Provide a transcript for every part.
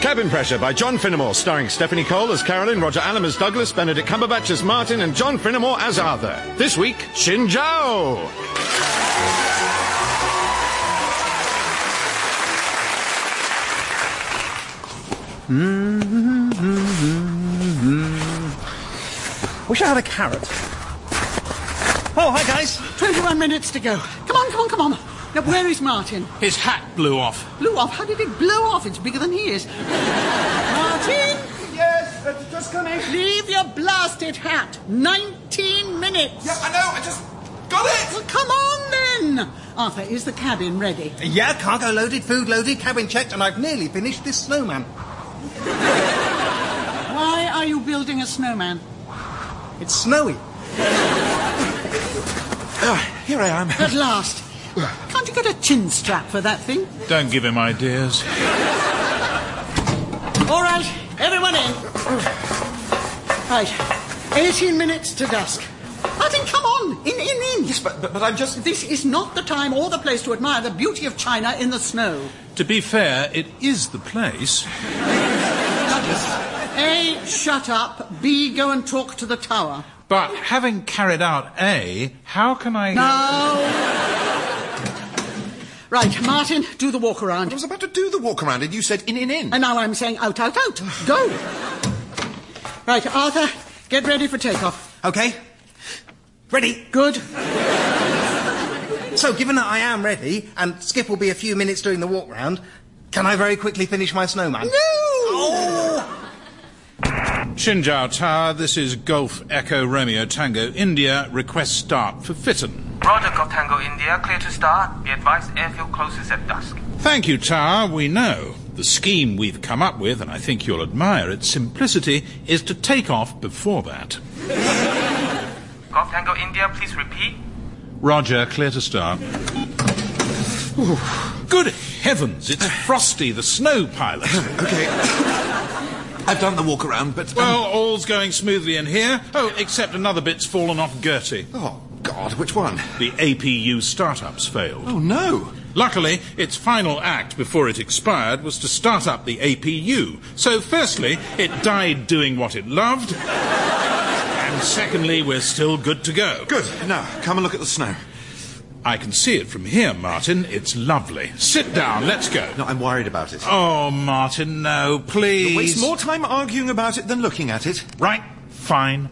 Cabin Pressure by John Finnemore, starring Stephanie Cole as Carolyn, Roger Allam as Douglas, Benedict Cumberbatch as Martin, and John Finnemore as Arthur. This week, Xin Zhao. Wish I had a carrot. Oh, hi guys. 21 minutes to go. Come on, come on, come on. Now, where is Martin? His hat blew off. Blew off. How did it blow off? It's bigger than he is. Martin, Yes, uh, just coming. leave your blasted hat. 19 minutes. Yeah, I know. I just got it. Well, come on then. Arthur, is the cabin ready? Yeah, cargo loaded, food loaded, cabin checked, and I've nearly finished this snowman. Why are you building a snowman? It's snowy. Ah, here I am. At last. Can't you get a chin strap for that thing? Don't give him ideas. All right, everyone in. Right, 18 minutes to dusk. Martin, come on. In, in, in. Yes, but, but but I'm just. This is not the time or the place to admire the beauty of China in the snow. To be fair, it is the place. A, shut up. B, go and talk to the tower. But having carried out A, how can I. Now. Right, Martin, do the walk I around. was about to do the walk around, and you said in, in, in. And now I'm saying out, out, out. Go. Right, Arthur, get ready for takeoff. Okay. Ready? Good. So, given that I am ready, and Skip will be a few minutes doing the walk round, can I very quickly finish my snowman? No! Xinjiao Tower, this is Golf Echo Romeo Tango, India. Request start for Fitton. Roger, Golf Tango India, clear to start. Be advised, airfield closes at dusk. Thank you, Tower. We know. The scheme we've come up with, and I think you'll admire its simplicity, is to take off before that. Golf Tango India, please repeat. Roger, clear to start. Good heavens, it's Frosty, the snow pilot. Okay. I've done the walk around, but. um, Well, all's going smoothly in here. Oh, except another bit's fallen off Gertie. oh, God, which one? The APU startups failed. Oh, no. Luckily, its final act before it expired was to start up the APU. So, firstly, it died doing what it loved. And secondly, we're still good to go. Good. Now, come and look at the snow. I can see it from here, Martin. It's lovely. Sit down, let's go. No, I'm worried about it. Oh, Martin, no, please. Waste more time arguing about it than looking at it. Right, fine.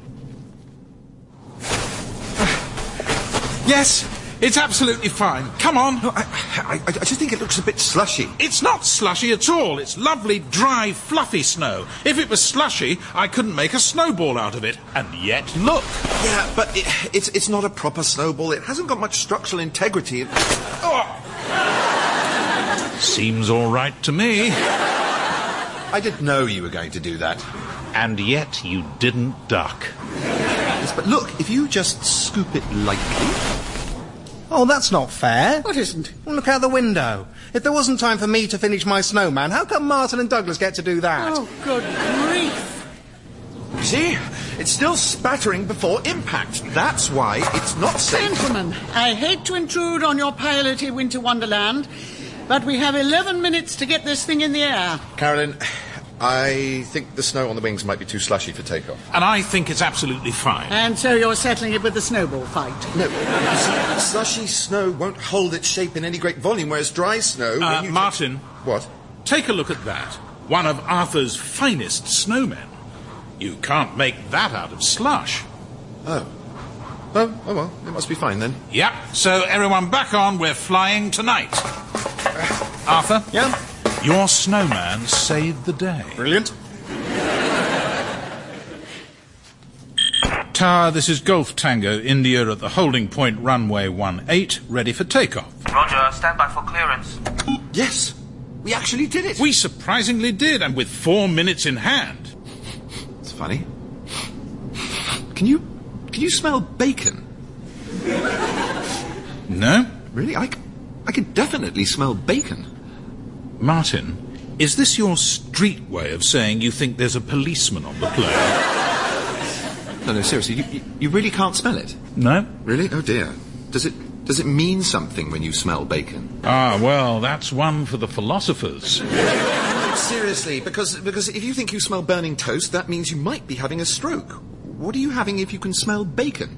Yes, it's absolutely fine. Come on. No, I, I, I- I just think it looks a bit slushy. It's not slushy at all. It's lovely, dry, fluffy snow. If it was slushy, I couldn't make a snowball out of it. And yet, look. Yeah, but it, it's it's not a proper snowball. It hasn't got much structural integrity. Oh. Seems all right to me. I didn't know you were going to do that. And yet, you didn't duck. Yes, but look, if you just scoop it lightly. Oh, that's not fair. What isn't? Well, Look out the window. If there wasn't time for me to finish my snowman, how come Martin and Douglas get to do that? Oh, good grief. See? It's still spattering before impact. That's why it's not safe. Gentlemen, I hate to intrude on your piloty winter wonderland, but we have 11 minutes to get this thing in the air. Carolyn, I think the snow on the wings might be too slushy for takeoff. And I think it's absolutely fine. And so you're settling it with the snowball fight. No, s- slushy snow won't hold its shape in any great volume, whereas dry snow. when Uh, you take- Martin. What? Take a look at that. One of Arthur's finest snowmen. You can't make that out of slush. Oh, oh well, it must be fine then. Yep, so everyone back on, we're flying tonight. Uh, Arthur? Yeah? Your snowman saved the day. Brilliant. Tower, this is Golf Tango, India at the holding point runway 18, ready for takeoff. Roger, stand by for clearance. Yes, we actually did it. We surprisingly did, and with four minutes in hand. It's funny. Can you can you smell bacon? No? Really? I, c- I can definitely smell bacon. Martin, is this your street way of saying you think there's a policeman on the plane? No, no, seriously, you, you, you really can't smell it. No? Really? Oh dear. Does it Does it mean something when you smell bacon? Ah, well, that's one for the philosophers. Seriously, because, because if you think you smell burning toast, that means you might be having a stroke. What are you having if you can smell bacon?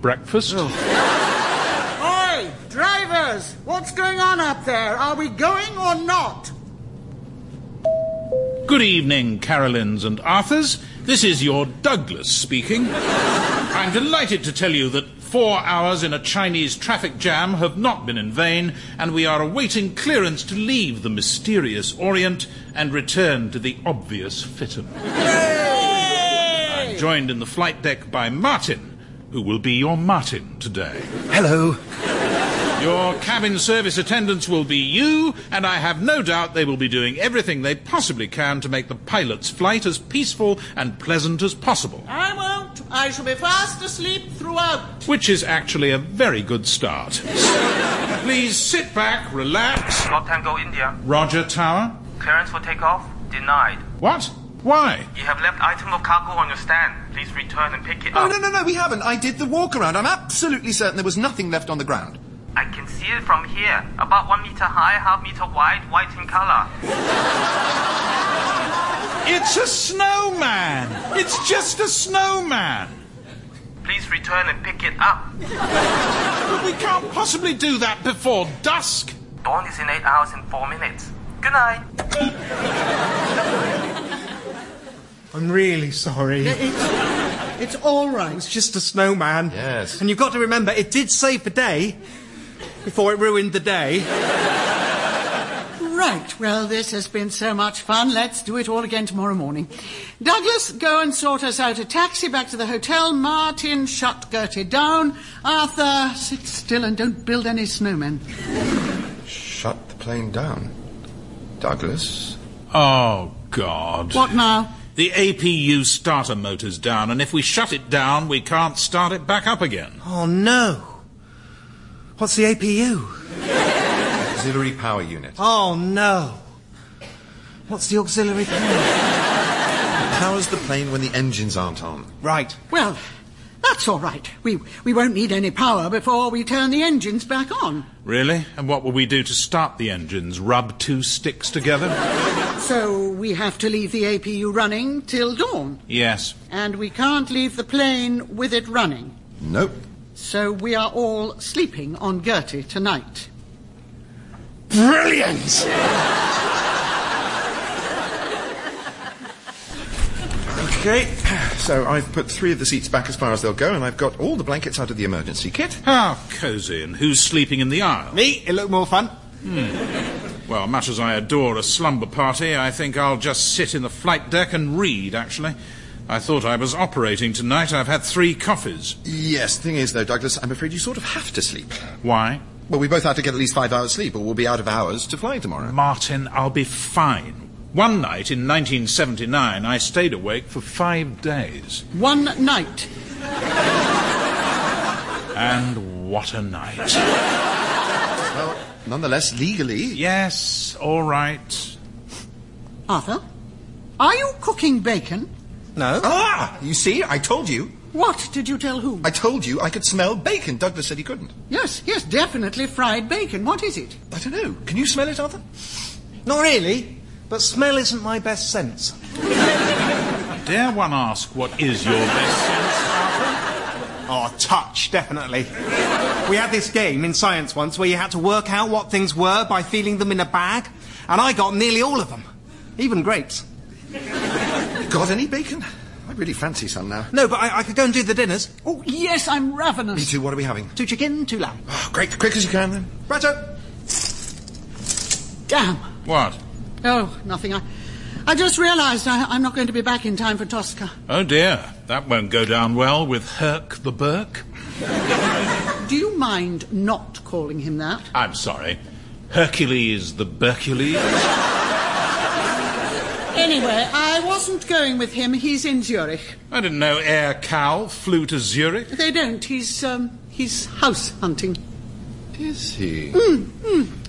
Breakfast? Oi, drivers! What's going on up there? Are we going or not? Good evening, Carolins and Arthurs. This is your Douglas speaking. I'm delighted to tell you that four hours in a Chinese traffic jam have not been in vain, and we are awaiting clearance to leave the mysterious Orient and return to the obvious Fitton. I'm joined in the flight deck by Martin, who will be your Martin today. Hello. Your cabin service attendants will be you, and I have no doubt they will be doing everything they possibly can to make the pilot's flight as peaceful and pleasant as possible, I won't. I shall be fast asleep throughout. which is actually a very good start. Please sit back, relax. Golf Tango India, Roger Tower? clearance for takeoff denied. What? Why? You have left item of cargo on your stand. Please return and pick it Oh, up. no, no, no, we haven't. I did the walk around. I'm absolutely certain there was nothing left on the ground. I can see it from here. About one meter high, half meter wide, white in color. It's a snowman! It's just a snowman! Please return and pick it up. But we can't possibly do that before dusk! Dawn is in eight hours and four minutes. Good night. I'm really sorry. It It's all right. was just a snowman. Yes. And you've got to remember, it did save the day before it ruined the day. Right, well, this has been so much fun. Let's do it all again tomorrow morning. Douglas, go and sort us out a taxi back to the hotel. Martin, shut Gertie down. Arthur, sit still and don't build any snowmen. Shut the plane down. Douglas? Oh, God. What now? The APU starter motor's down, and if we shut it down, we can't start it back up again. Oh, no. What's the APU? Auxiliary power unit. Oh, no. What's the auxiliary power? Powers the plane when the engines aren't on. Right. Well, that's all right. We, we won't need any power before we turn the engines back on. Really? And what will we do to start the engines? Rub two sticks together? So we have to leave the APU running till dawn. yes. And we can't leave the plane with it running. Nope. So we are all sleeping on Gertie tonight. Brilliant! Okay, so I've put three of the seats back as far as they'll go, and I've got all the blankets out of the emergency kit. How cozy, and who's sleeping in the aisle? Hmm. Me, it looked more fun. Well, much as I adore a slumber party, I think I'll just sit in the flight deck and read, actually. I thought I was operating tonight. I've had three coffees. Yes, thing is, though, Douglas, I'm afraid you sort of have to sleep. Why? Well, we both have to get at least five hours sleep, or we'll be out of hours to fly tomorrow. Martin, I'll be fine. One night in 1979, I stayed awake for five days. One night. And what a night. Well, nonetheless, legally. Yes, all right. Arthur, are you cooking bacon? No? Ah! You see, I told you. What did you tell whom? I told you I could smell bacon. Douglas said he couldn't. Yes, yes, definitely fried bacon. What is it? I don't know. Can you smell it, Arthur? Not really. But smell isn't my best sense. Dare one ask what is your best sense? Oh, touch, definitely. We had this game in science once where you had to work out what things were by feeling them in a bag, and I got nearly all of them, even grapes. Got any bacon? I really fancy some now. No, but I, I could go and do the dinners. Oh, yes, I'm Me ravenous. too. What are we having? Two chicken, two lamb. Oh, great, quick as you can then. Righto. Damn. What? Oh, nothing. I, I just realised I- I'm not going to be back in time for Tosca. Oh dear, that won't go down well with Herc the Burke. Do you mind not calling him that? I'm sorry. Hercules the Bercules? Anyway, I wasn't going with him. He's in Zurich. I didn't know Air Cow flew to Zurich. They don't. He's um, he's house hunting. Mm, Is he?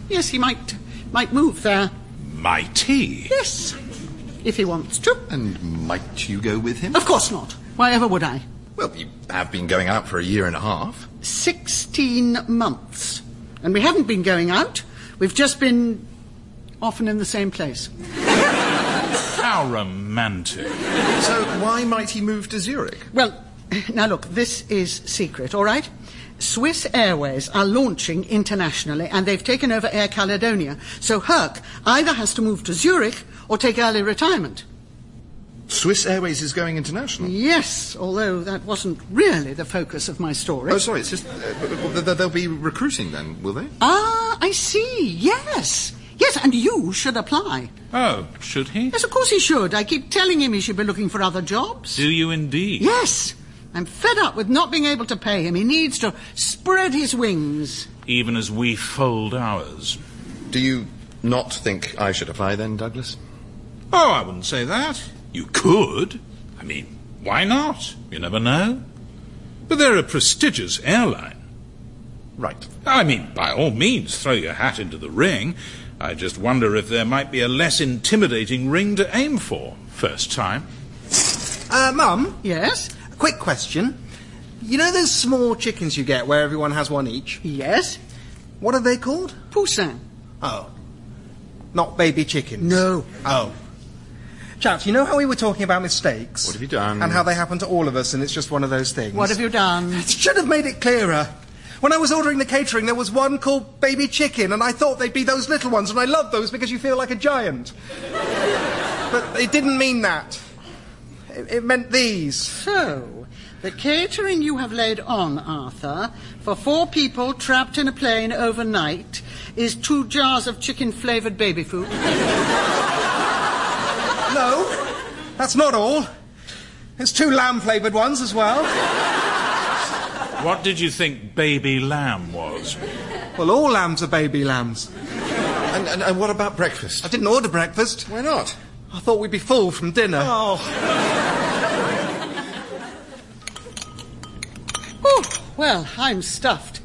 Yes, he might might move there. Mighty. Yes, if he wants to. And might you go with him? Of course not. Why ever would I? Well, you have been going out for a year and a half. 16 months. And we haven't been going out. We've just been often in the same place. How romantic. So why might he move to Zurich? Well, now look, this is secret, all right? Swiss Airways are launching internationally and they've taken over Air Caledonia. So Herc either has to move to Zurich or take early retirement. Swiss Airways is going international. Yes, although that wasn't really the focus of my story. Oh, sorry, it's just. Uh, b- b- th- th- they'll be recruiting then, will they? Ah, I see. Yes. Yes, and you should apply. Oh, should he? Yes, of course he should. I keep telling him he should be looking for other jobs. Do you indeed? Yes. I'm fed up with not being able to pay him. He needs to spread his wings. Even as we fold ours. Do you not think I should apply then, Douglas? Oh, I wouldn't say that. You could. I mean, why not? You never know. But they're a prestigious airline. Right. I mean, by all means, throw your hat into the ring. I just wonder if there might be a less intimidating ring to aim for first time. Uh, Mum, Yes? quick question. You know those small chickens you get where everyone has one each? Yes? What are they called? Poussin. Oh. Not baby chickens. No. Oh. Chaps, you know how we were talking about mistakes? What have you done? And how they happen to all of us, and it's just one of those things. What have you done? It should have made it clearer. When I was ordering the catering, there was one called baby chicken, and I thought they'd be those little ones, and I love those because you feel like a giant. but it didn't mean that. It, it meant these. So, the catering you have laid on, Arthur, for four people trapped in a plane overnight, is two jars of chicken flavoured baby food. No, that's not all. There's two lamb flavoured ones as well. What did you think baby lamb was? Well, all lambs are baby lambs. And, and, and what about breakfast? I didn't order breakfast. Why not? I thought we'd be full from dinner. Oh. Whew, well, I'm stuffed.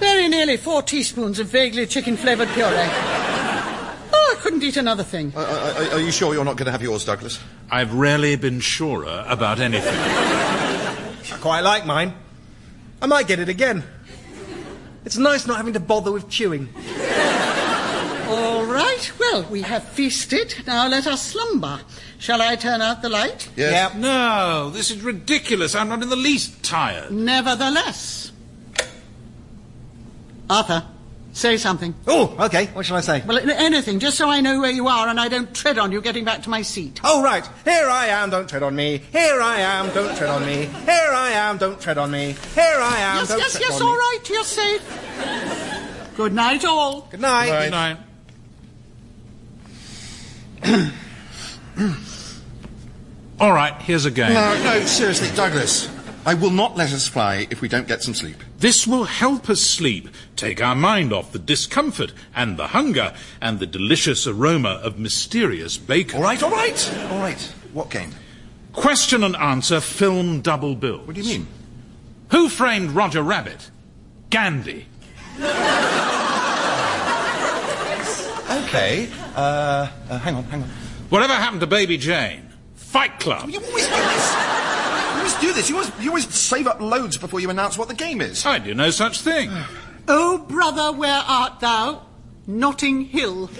Very nearly four teaspoons of vaguely chicken flavoured puree. Oh, I couldn't eat another thing. Are, Uh, are, are you sure you're not going to have yours, Douglas? I've rarely been surer about anything. Oh. I quite like mine. I might get it again. It's nice not having to bother with chewing. All right, well, we have feasted. Now let us slumber. Shall I turn out the light? Yes. Yep. No, this is ridiculous. I'm not in the least tired. Nevertheless. Arthur, say something. Oh, okay. What shall I say? Well, anything, just so I know where you are and I don't tread on you getting back to my seat. Oh, right. Here I am, don't tread on me. Here I am, don't tread on me. Here I am, don't tread on me. Here I am, yes, don't yes, tread yes, on all me. right, you're safe. Good night, all. Good night. Right. Good night. All right, here's a game. No, no, seriously, Douglas. I will not let us fly if we don't get some sleep. This will help us sleep, take our mind off the discomfort and the hunger and the delicious aroma of mysterious bacon. All right, all right. All right. What game? Question and answer film double bill. What do you mean? Who framed Roger Rabbit? Gandhi. Okay. Uh, uh, hang on, hang on. Whatever happened to Baby Jane? Fight Club. You always do this. You always do this. You always, you always save up loads before you announce what the game is. I do no such thing. Oh, brother, where art thou? Notting Hill. Oh,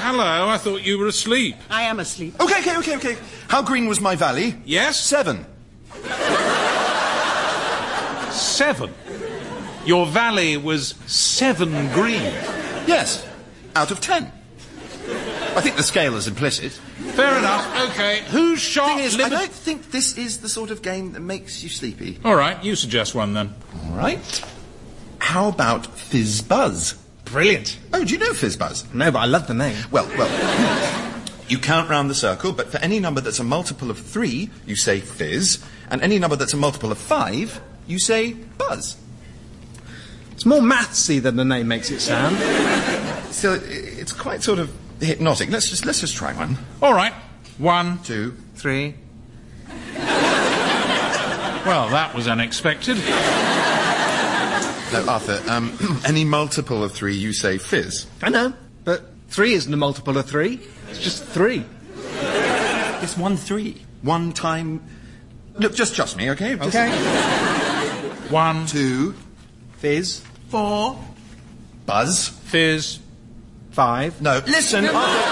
hello. I thought you were asleep. I am asleep. Okay, okay, okay, okay. How green was my valley? Yes? Seven. Seven. Your valley was seven green. Yes. Out of ten. I think the scale is implicit. Fair enough. Okay. Who shot Thing is, I Liber- don't think this is the sort of game that makes you sleepy. All right, you suggest one then. All right. How about Fizz Buzz? Brilliant. Oh, do you know Fizz Buzz? No, but I love the name. Well, well. You count round the circle, but for any number that's a multiple of three, you say fizz, and any number that's a multiple of five, you say buzz. It's more mathsy than the name makes it sound. So i- it's quite sort of hypnotic. Let's just let's just try one, All right. One. two, Three. Well, that was unexpected. No, Arthur, um, any multiple of three, you say fizz. I know, but three isn't a multiple of three. It's just three. It's one three. One time Look, just trust me, okay? Just- Okay. One, Two, Fizz. Four. buzz. fizz. Five. No, listen. Martin,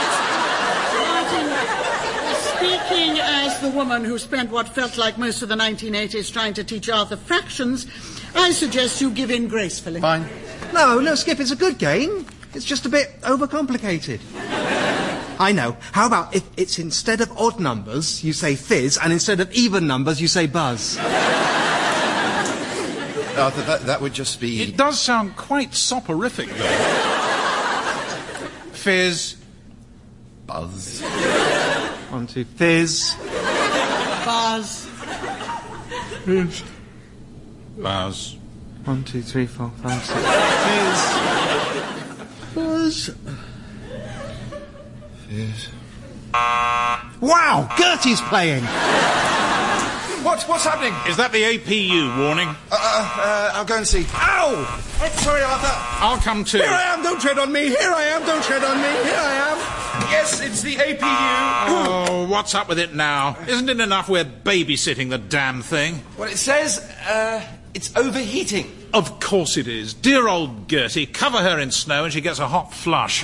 speaking as the woman who spent what felt like most of the 1980s trying to teach Arthur fractions, I suggest you give in gracefully. Fine. No, no, Skip, it's a good game. It's just a bit overcomplicated. I know. How about if it's instead of odd numbers, you say fizz, and instead of even numbers, you say buzz? Arthur, Uh, that, that would just be. It does sound quite soporific, though. fizz. buzz. One, two, fizz. Buzz. Buzz. One, two, three, four, five, six. Fizz. Buzz. Fizz. Wow, Gertie's playing. What? What's happening? Is that the APU warning? Uh, uh, uh, I'll go and see. Ow! Oh, sorry, Arthur. I'll come too. Here I am, don't tread on me. Here I am, don't tread on me. Here I am. Yes, it's the APU. Oh, what's up with it now? Isn't it enough we're babysitting the damn thing? Well, it says uh, it's overheating. Of course it is. Dear old Gertie, cover her in snow and she gets a hot flush.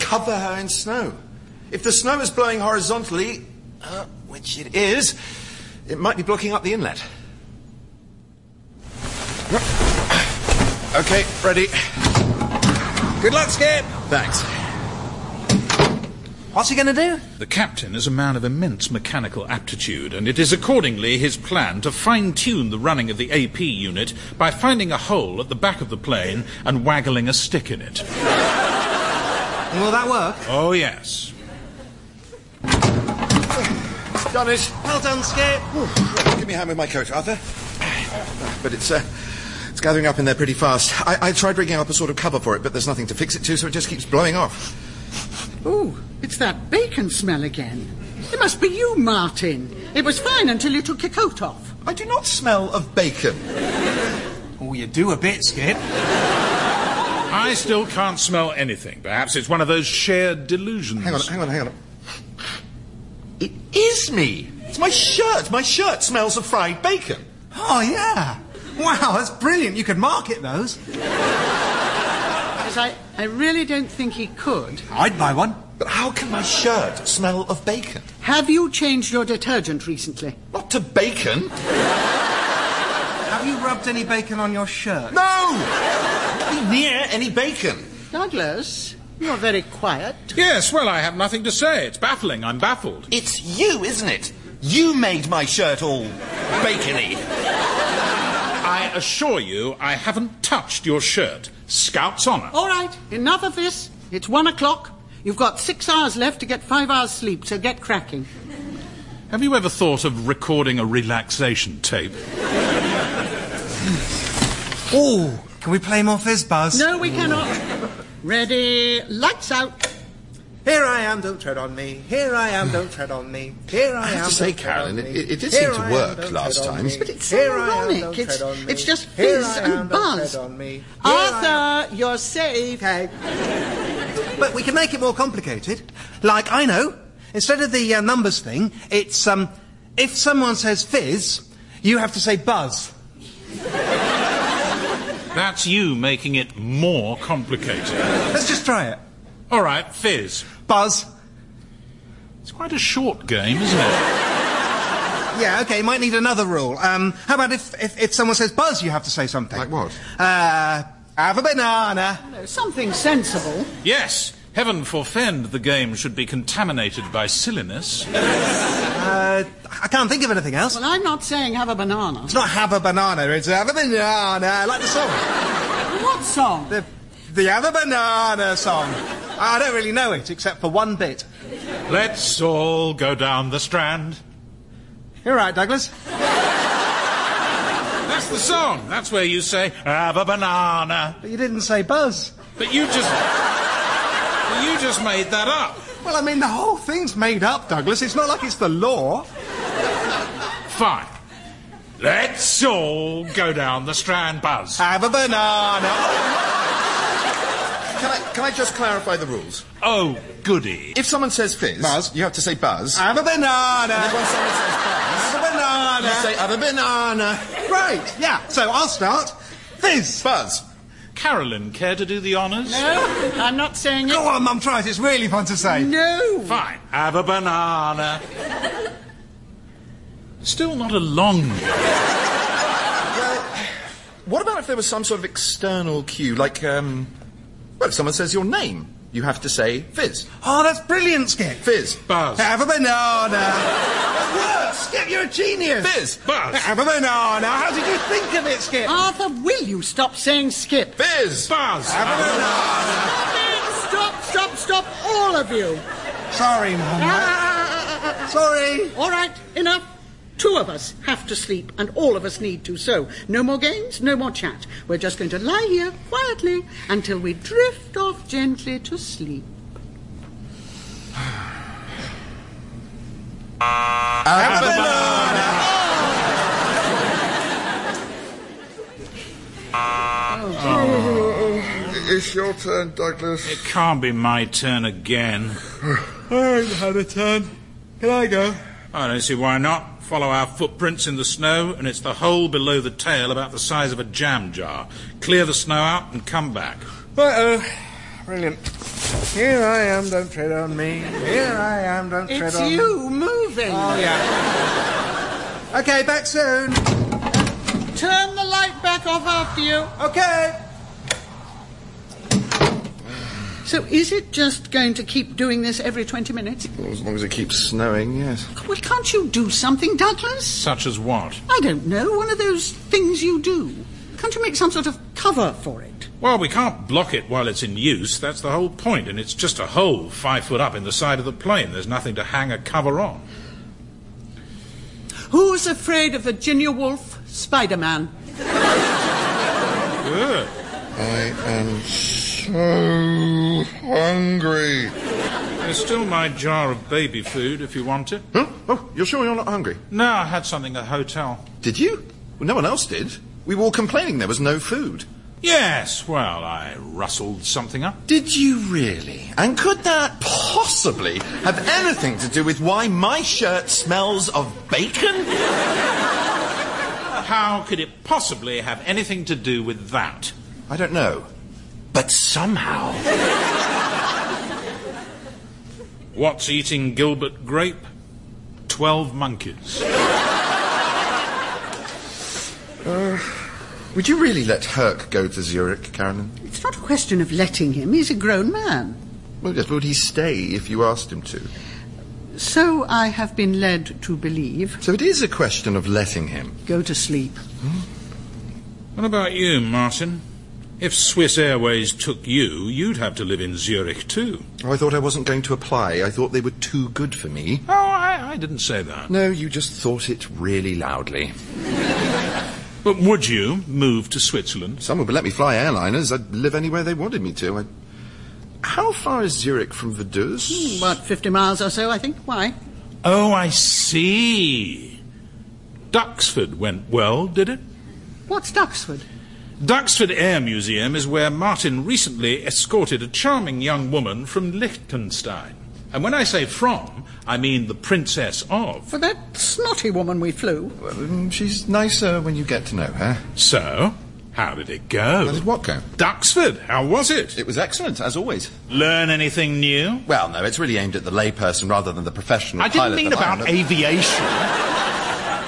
Cover her in snow. If the snow is blowing horizontally, uh, which it is, it might be blocking up the inlet. Okay, ready. Good luck, Skip. Thanks. What's he going to do? The captain is a man of immense mechanical aptitude, and it is accordingly his plan to fine tune the running of the AP unit by finding a hole at the back of the plane and waggling a stick in it. And will that work? Oh, yes. Done it. Well done, Skip. Give me a hand with my coat, Arthur. But it's uh, it's gathering up in there pretty fast. I, I tried rigging up a sort of cover for it, but there's nothing to fix it to, so it just keeps blowing off. Ooh, it's that bacon smell again. It must be you, Martin. It was fine until you took your coat off. I do not smell of bacon. Oh, you do a bit, Skip. I still can't smell anything. Perhaps it's one of those shared delusions. Hang on, hang on, hang on. It is me. It's my shirt. My shirt smells of fried bacon. Oh, yeah. Wow, that's brilliant. You could market those. Because I, I really don't think he could. I'd buy one. But how can my shirt smell of bacon? Have you changed your detergent recently? Not to bacon. Have you rubbed any bacon on your shirt? No! Not near any bacon. Douglas, you're very quiet. Yes, well, I have nothing to say. It's baffling. I'm baffled. It's you, isn't it? You made my shirt all bacony. I assure you, I haven't touched your shirt. Scout's honor. All right, enough of this. It's one o'clock. You've got six hours left to get five hours sleep, so get cracking. Have you ever thought of recording a relaxation tape? Oh, can we play more Fizz Buzz? No, we cannot. Ready, lights out. Here I am, don't tread on me. Here I am, don't tread on me. Here I, I have am. to say, don't tread on Carolyn, me. it- it did Here seem to I am, work don't last tread on times. me. But It's Here I am, ironic. don't it's, tread on me. it's just Here fizz I am, and don't tread buzz. on me. Here I am. Arthur, you're safe. But we can make it more complicated. Like, I know, instead of the uh, numbers thing, it's, um, if someone says fizz, you have to say buzz. That's you making it more complicated. Let's just try it. All right, fizz. Buzz. It's quite a short game, isn't it? Yeah, okay, might need another rule. Um, how about if, if, if someone says buzz, you have to say something? Like what? Uh, have a banana. Something sensible. Yes. Heaven forfend the game should be contaminated by silliness. Uh, I can't think of anything else. Well, I'm not saying have a banana. It's not have a banana, it's have a banana, like the song. What song? The, the have a banana song. I don't really know it, except for one bit. Let's all go down the strand. You're right, Douglas. That's the song. That's where you say, have a banana. But you didn't say buzz. But you just. You just made that up. Well, I mean, the whole thing's made up, Douglas. It's not like it's the law. Fine. Let's all go down the strand, Buzz. Have a banana. Can I, can I just clarify the rules? Oh, goody. If someone says fizz, Buzz. you have to say buzz. I'm a and banana. when someone says buzz, I'm a banana. you say I'm a banana. Right, yeah. So I'll start. Fizz. Buzz. Carolyn, care to do the honours? No, I'm not saying it. Go on, Mum, try it. It's really fun to say. No. Fine. Have a banana. Still not a long. Well, what about if there was some sort of external cue, like, um, well, if someone says your name, you have to say fizz. Oh, that's brilliant, Skip. Fizz. Buzz. Have a banana. It works, Skip. You're a genius. Fizz. Buzz. Have a banana. How did you think of it, Skip? Arthur, will you stop saying skip? Fizz. Buzz. Have a banana. Stop, stop, stop, all of you. Sorry, Mum. Ah, Sorry. all right, enough. Two of us have to sleep, and all of us need to, so no more games, no more chat. We're just going to lie here quietly until we drift off gently to sleep. Have a banana. It's your turn, Douglas. It can't be my turn again. I've Oh, had a turn. Can I go? I don't see why not. Follow our footprints in the snow, and it's the hole below the tail about the size of a jam jar. Clear the snow out and come back. Right, oh. Brilliant. Here I am, don't tread on me. Here I am, don't tread It's on me. you moving. Ah. Oh, yeah. okay, back soon. Turn the light back off after you. Okay. So is it just going to keep doing this every 20 minutes? Well, as long as it keeps snowing, yes. Well, can't you do something, Douglas? Such as what? I don't know, one of those things you do. Can't you make some sort of cover for it? Well, we can't block it while it's in use. That's the whole point, and it's just a hole five foot up in the side of the plane. There's nothing to hang a cover on. Who's afraid of Virginia Woolf, Spider Man? Good. I am so hungry. There's still my jar of baby food if you want it. Huh? Oh, you're sure you're not hungry? No, I had something at the hotel. Did you? Well, no one else did. We were all complaining there was no food. Yes, well, I rustled something up. Did you really? And could that possibly have anything to do with why my shirt smells of bacon? How could it possibly have anything to do with that? I don't know. But somehow. What's eating Gilbert Grape? Twelve monkeys. Would you really let Herc go to Zurich, Carolyn? It's not a question of letting him, he's a grown man. Well, yes, but would he stay if you asked him to? So I have been led to believe. So it is a question of letting him. Go to sleep. What about you, Martin? If Swiss Airways took you, you'd have to live in Zurich too. Oh, I thought I wasn't going to apply. I thought they were too good for me. Oh, I, I didn't say that. No, you just thought it really loudly. But would you move to Switzerland? Someone would let me fly airliners. I'd live anywhere they wanted me to. I... How far is Zurich from Vaduz? What, 50 miles or so, I think? Why? Oh, I see. Duxford went well, did it? What's Duxford? Duxford Air Museum is where Martin recently escorted a charming young woman from Liechtenstein. And when I say from, I mean the princess of. For that snotty woman we flew. Um, she's nicer when you get to know her. So, how did it go? How did what go? Duxford, how was it? It was excellent, as always. Learn anything new? Well, no, it's really aimed at the layperson rather than the professional I didn't pilot mean that about am. aviation.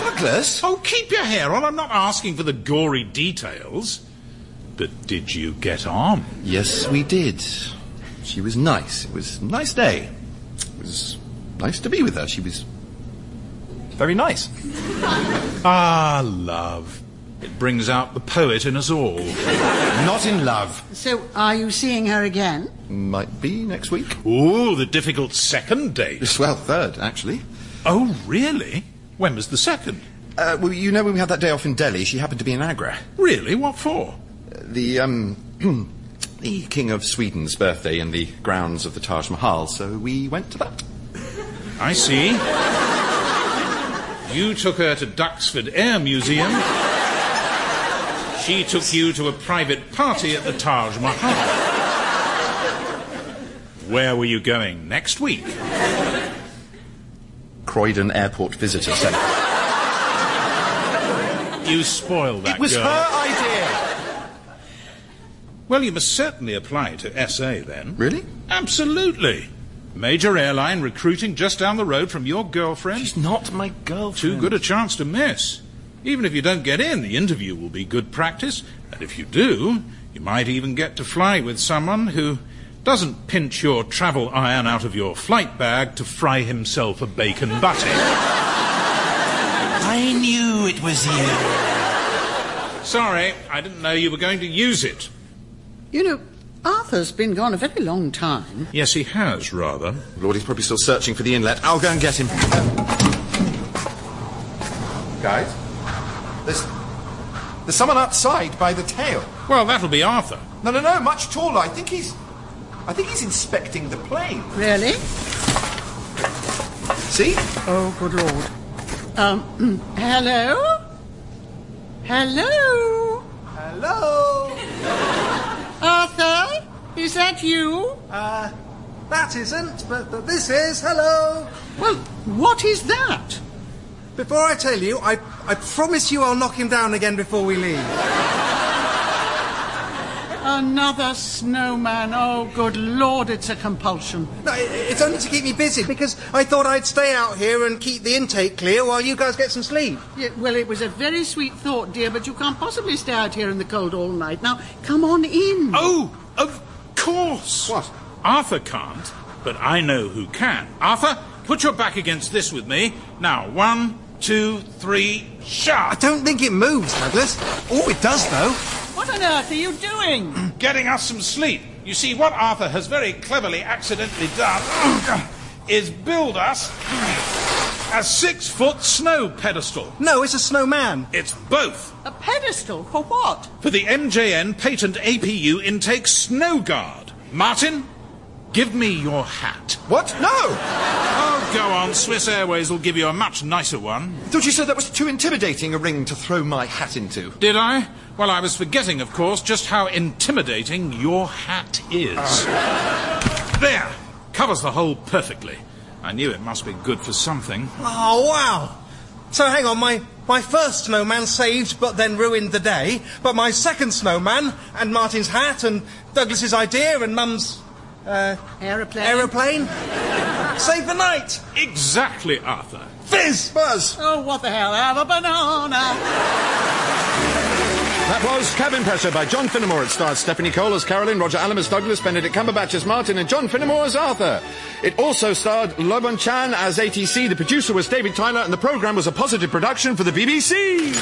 Douglas? Oh, keep your hair on. I'm not asking for the gory details. But did you get on? Yes, we did. She was nice. It was a nice day. It was nice to be with her. She was very nice. Ah, love. It brings out the poet in us all. Not in love. So are you seeing her again? Might be next week. Ooh, the difficult second date. Well, third, actually. Oh, really? When was the second? Uh, well, you know when we had that day off in Delhi, she happened to be in Agra. Really? What for? The, um, the King of Sweden's birthday in the grounds of the Taj Mahal, so we went to that. I see. You took her to Duxford Air Museum. She took you to a private party at the Taj Mahal. Where were you going next week? Croydon Airport Visitor Centre. You spoil that It was girl. her idea. Well, you must certainly apply to SA then. Really? Absolutely. Major airline recruiting just down the road from your girlfriend. She's not my girlfriend. Too good a chance to miss. Even if you don't get in, the interview will be good practice. And if you do, you might even get to fly with someone who doesn't pinch your travel iron out of your flight bag to fry himself a bacon butty. I knew it was you. Sorry, I didn't know you were going to use it. You know, Arthur's been gone a very long time. Yes, he has, rather. Lord, he's probably still searching for the inlet. I'll go and get him. Guys? There's, there's someone outside by the tail. Well, that'll be Arthur. No, no, no, much taller. I think he's. I think he's inspecting the plane. Really? See? Oh, good lord. Um, hello? Hello? Hello? Arthur? Is that you? Uh, that isn't, but, but this is. Hello? Well, what is that? Before I tell you, I, I promise you I'll knock him down again before we leave. Another snowman. Oh, good lord, it's a compulsion. No, it, it's only to keep me busy because I thought I'd stay out here and keep the intake clear while you guys get some sleep. Yeah, well, it was a very sweet thought, dear, but you can't possibly stay out here in the cold all night. Now, come on in. Oh, of course. What? Arthur can't, but I know who can. Arthur, put your back against this with me. Now, one, two, three, I shut. don't think it moves, Douglas. Oh, it does though. What on earth are you doing? Getting us some sleep. You see, what Arthur has very cleverly accidentally done is build us a six-foot snow pedestal. No, it's a snowman. It's both A pedestal? For what? for the MJN patent APU intake snow guard. Martin, give me your hat. What? No! Oh, go on. Swiss Airways will give you a much nicer one. Thought you said that was too intimidating a ring to throw my hat into. Did I? Well, I was forgetting, of course, just how intimidating your hat is. Ah. There. Covers the whole perfectly. I knew it must be good for something. Oh, wow. So hang on, my, my first snowman saved but then ruined the day, but my second snowman, and Martin's hat, and Douglas's idea, and Mum's uh, Aeroplane. aeroplane, saved the night. Exactly, Arthur. Fizz! Buzz! Oh, what the hell? Have a banana. That was Cabin Pressure by John Finnemore. It stars Stephanie Cole as Carolyn, Roger Allam as Douglas, Benedict Cumberbatch as Martin, and John Finnemore as Arthur. It also starred Lobon Chan as ATC. The producer was David Tyler, and the program was a positive production for the BBC.